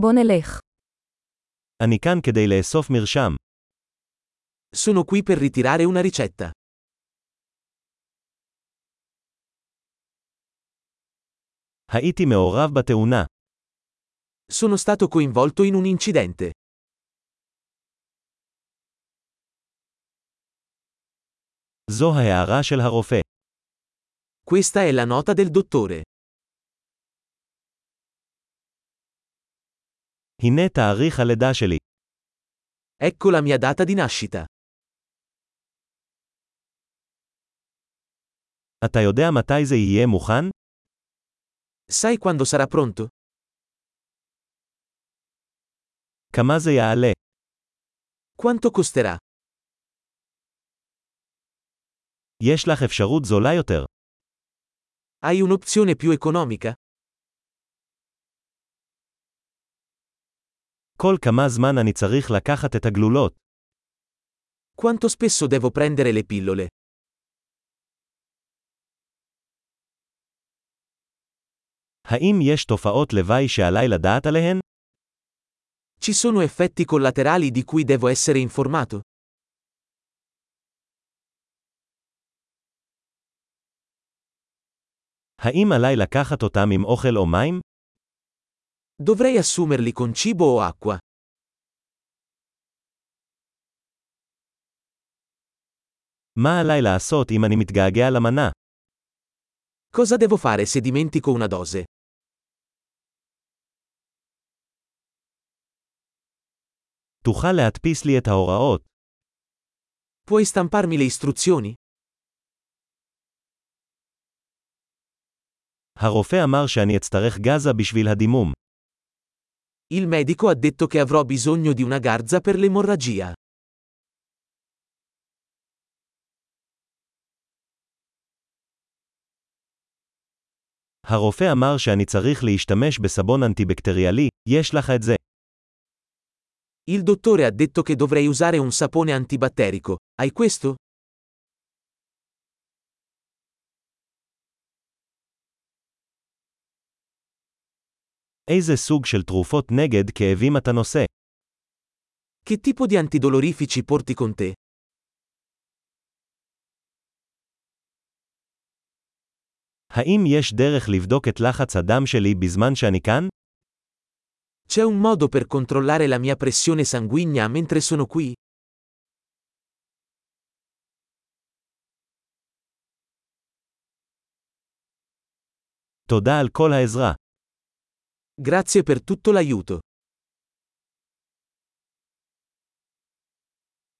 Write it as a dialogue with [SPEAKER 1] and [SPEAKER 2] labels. [SPEAKER 1] בוא נלך.
[SPEAKER 2] אני כאן כדי לאסוף מרשם.
[SPEAKER 3] Sono qui per ritirare una ricetta.
[SPEAKER 2] הייתי מעורב בתאונה.
[SPEAKER 3] Sono stato coinvolto in un incidente.
[SPEAKER 2] זו ההערה של הרופא.
[SPEAKER 3] Questa è la nota del dottore.
[SPEAKER 2] הנה תאריך הלידה שלי.
[SPEAKER 3] Ecco la mia data di nascita.
[SPEAKER 2] אתה יודע מתי זה יהיה מוכן?
[SPEAKER 3] Sai quando sarà pronto?
[SPEAKER 2] כמה זה יעלה?
[SPEAKER 3] Quanto costerà?
[SPEAKER 2] יש לך אפשרות זולה יותר.
[SPEAKER 3] Hai un'opzione più economica?
[SPEAKER 2] כל כמה זמן אני צריך לקחת את הגלולות.
[SPEAKER 3] Quanto spesso devo prendere le pillole?
[SPEAKER 2] האם יש תופעות לוואי שעליי לדעת עליהן?
[SPEAKER 3] Ci sono effetti collaterali di cui devo essere informato?
[SPEAKER 2] האם עליי לקחת אותם עם אוכל או מים?
[SPEAKER 3] Dovrei assumerli con cibo o acqua?
[SPEAKER 2] מה עליי לעשות אם אני מתגעגע למנה?
[SPEAKER 3] Cosa devo fare se dimentico una dose?
[SPEAKER 2] תוכל להדפיס לי את ההוראות.
[SPEAKER 3] Puoi stamparmi le istruzioni?
[SPEAKER 2] הרופא אמר שאני אצטרך גזה בשביל הדימום.
[SPEAKER 3] Il medico ha detto che avrò bisogno di una garza per l'emorragia.
[SPEAKER 2] הרופא אמר שאני צריך להשתמש בסבון אנטיבקטריאלי, יש לך את זה.
[SPEAKER 3] Il dottore ha detto che dovrei usare un sapone antibatterico. Hai questo?
[SPEAKER 2] איזה סוג של תרופות נגד כאבים אתה נושא?
[SPEAKER 3] Che tipo di antidolorifici porti con te?
[SPEAKER 2] האם יש דרך לבדוק את לחץ הדם שלי בזמן שאני כאן?
[SPEAKER 3] C'è un modo per controllare la mia pressione sanguigna mentre sono qui?
[SPEAKER 2] תודה על כל העזרה.
[SPEAKER 3] Grazie per tutto l'aiuto.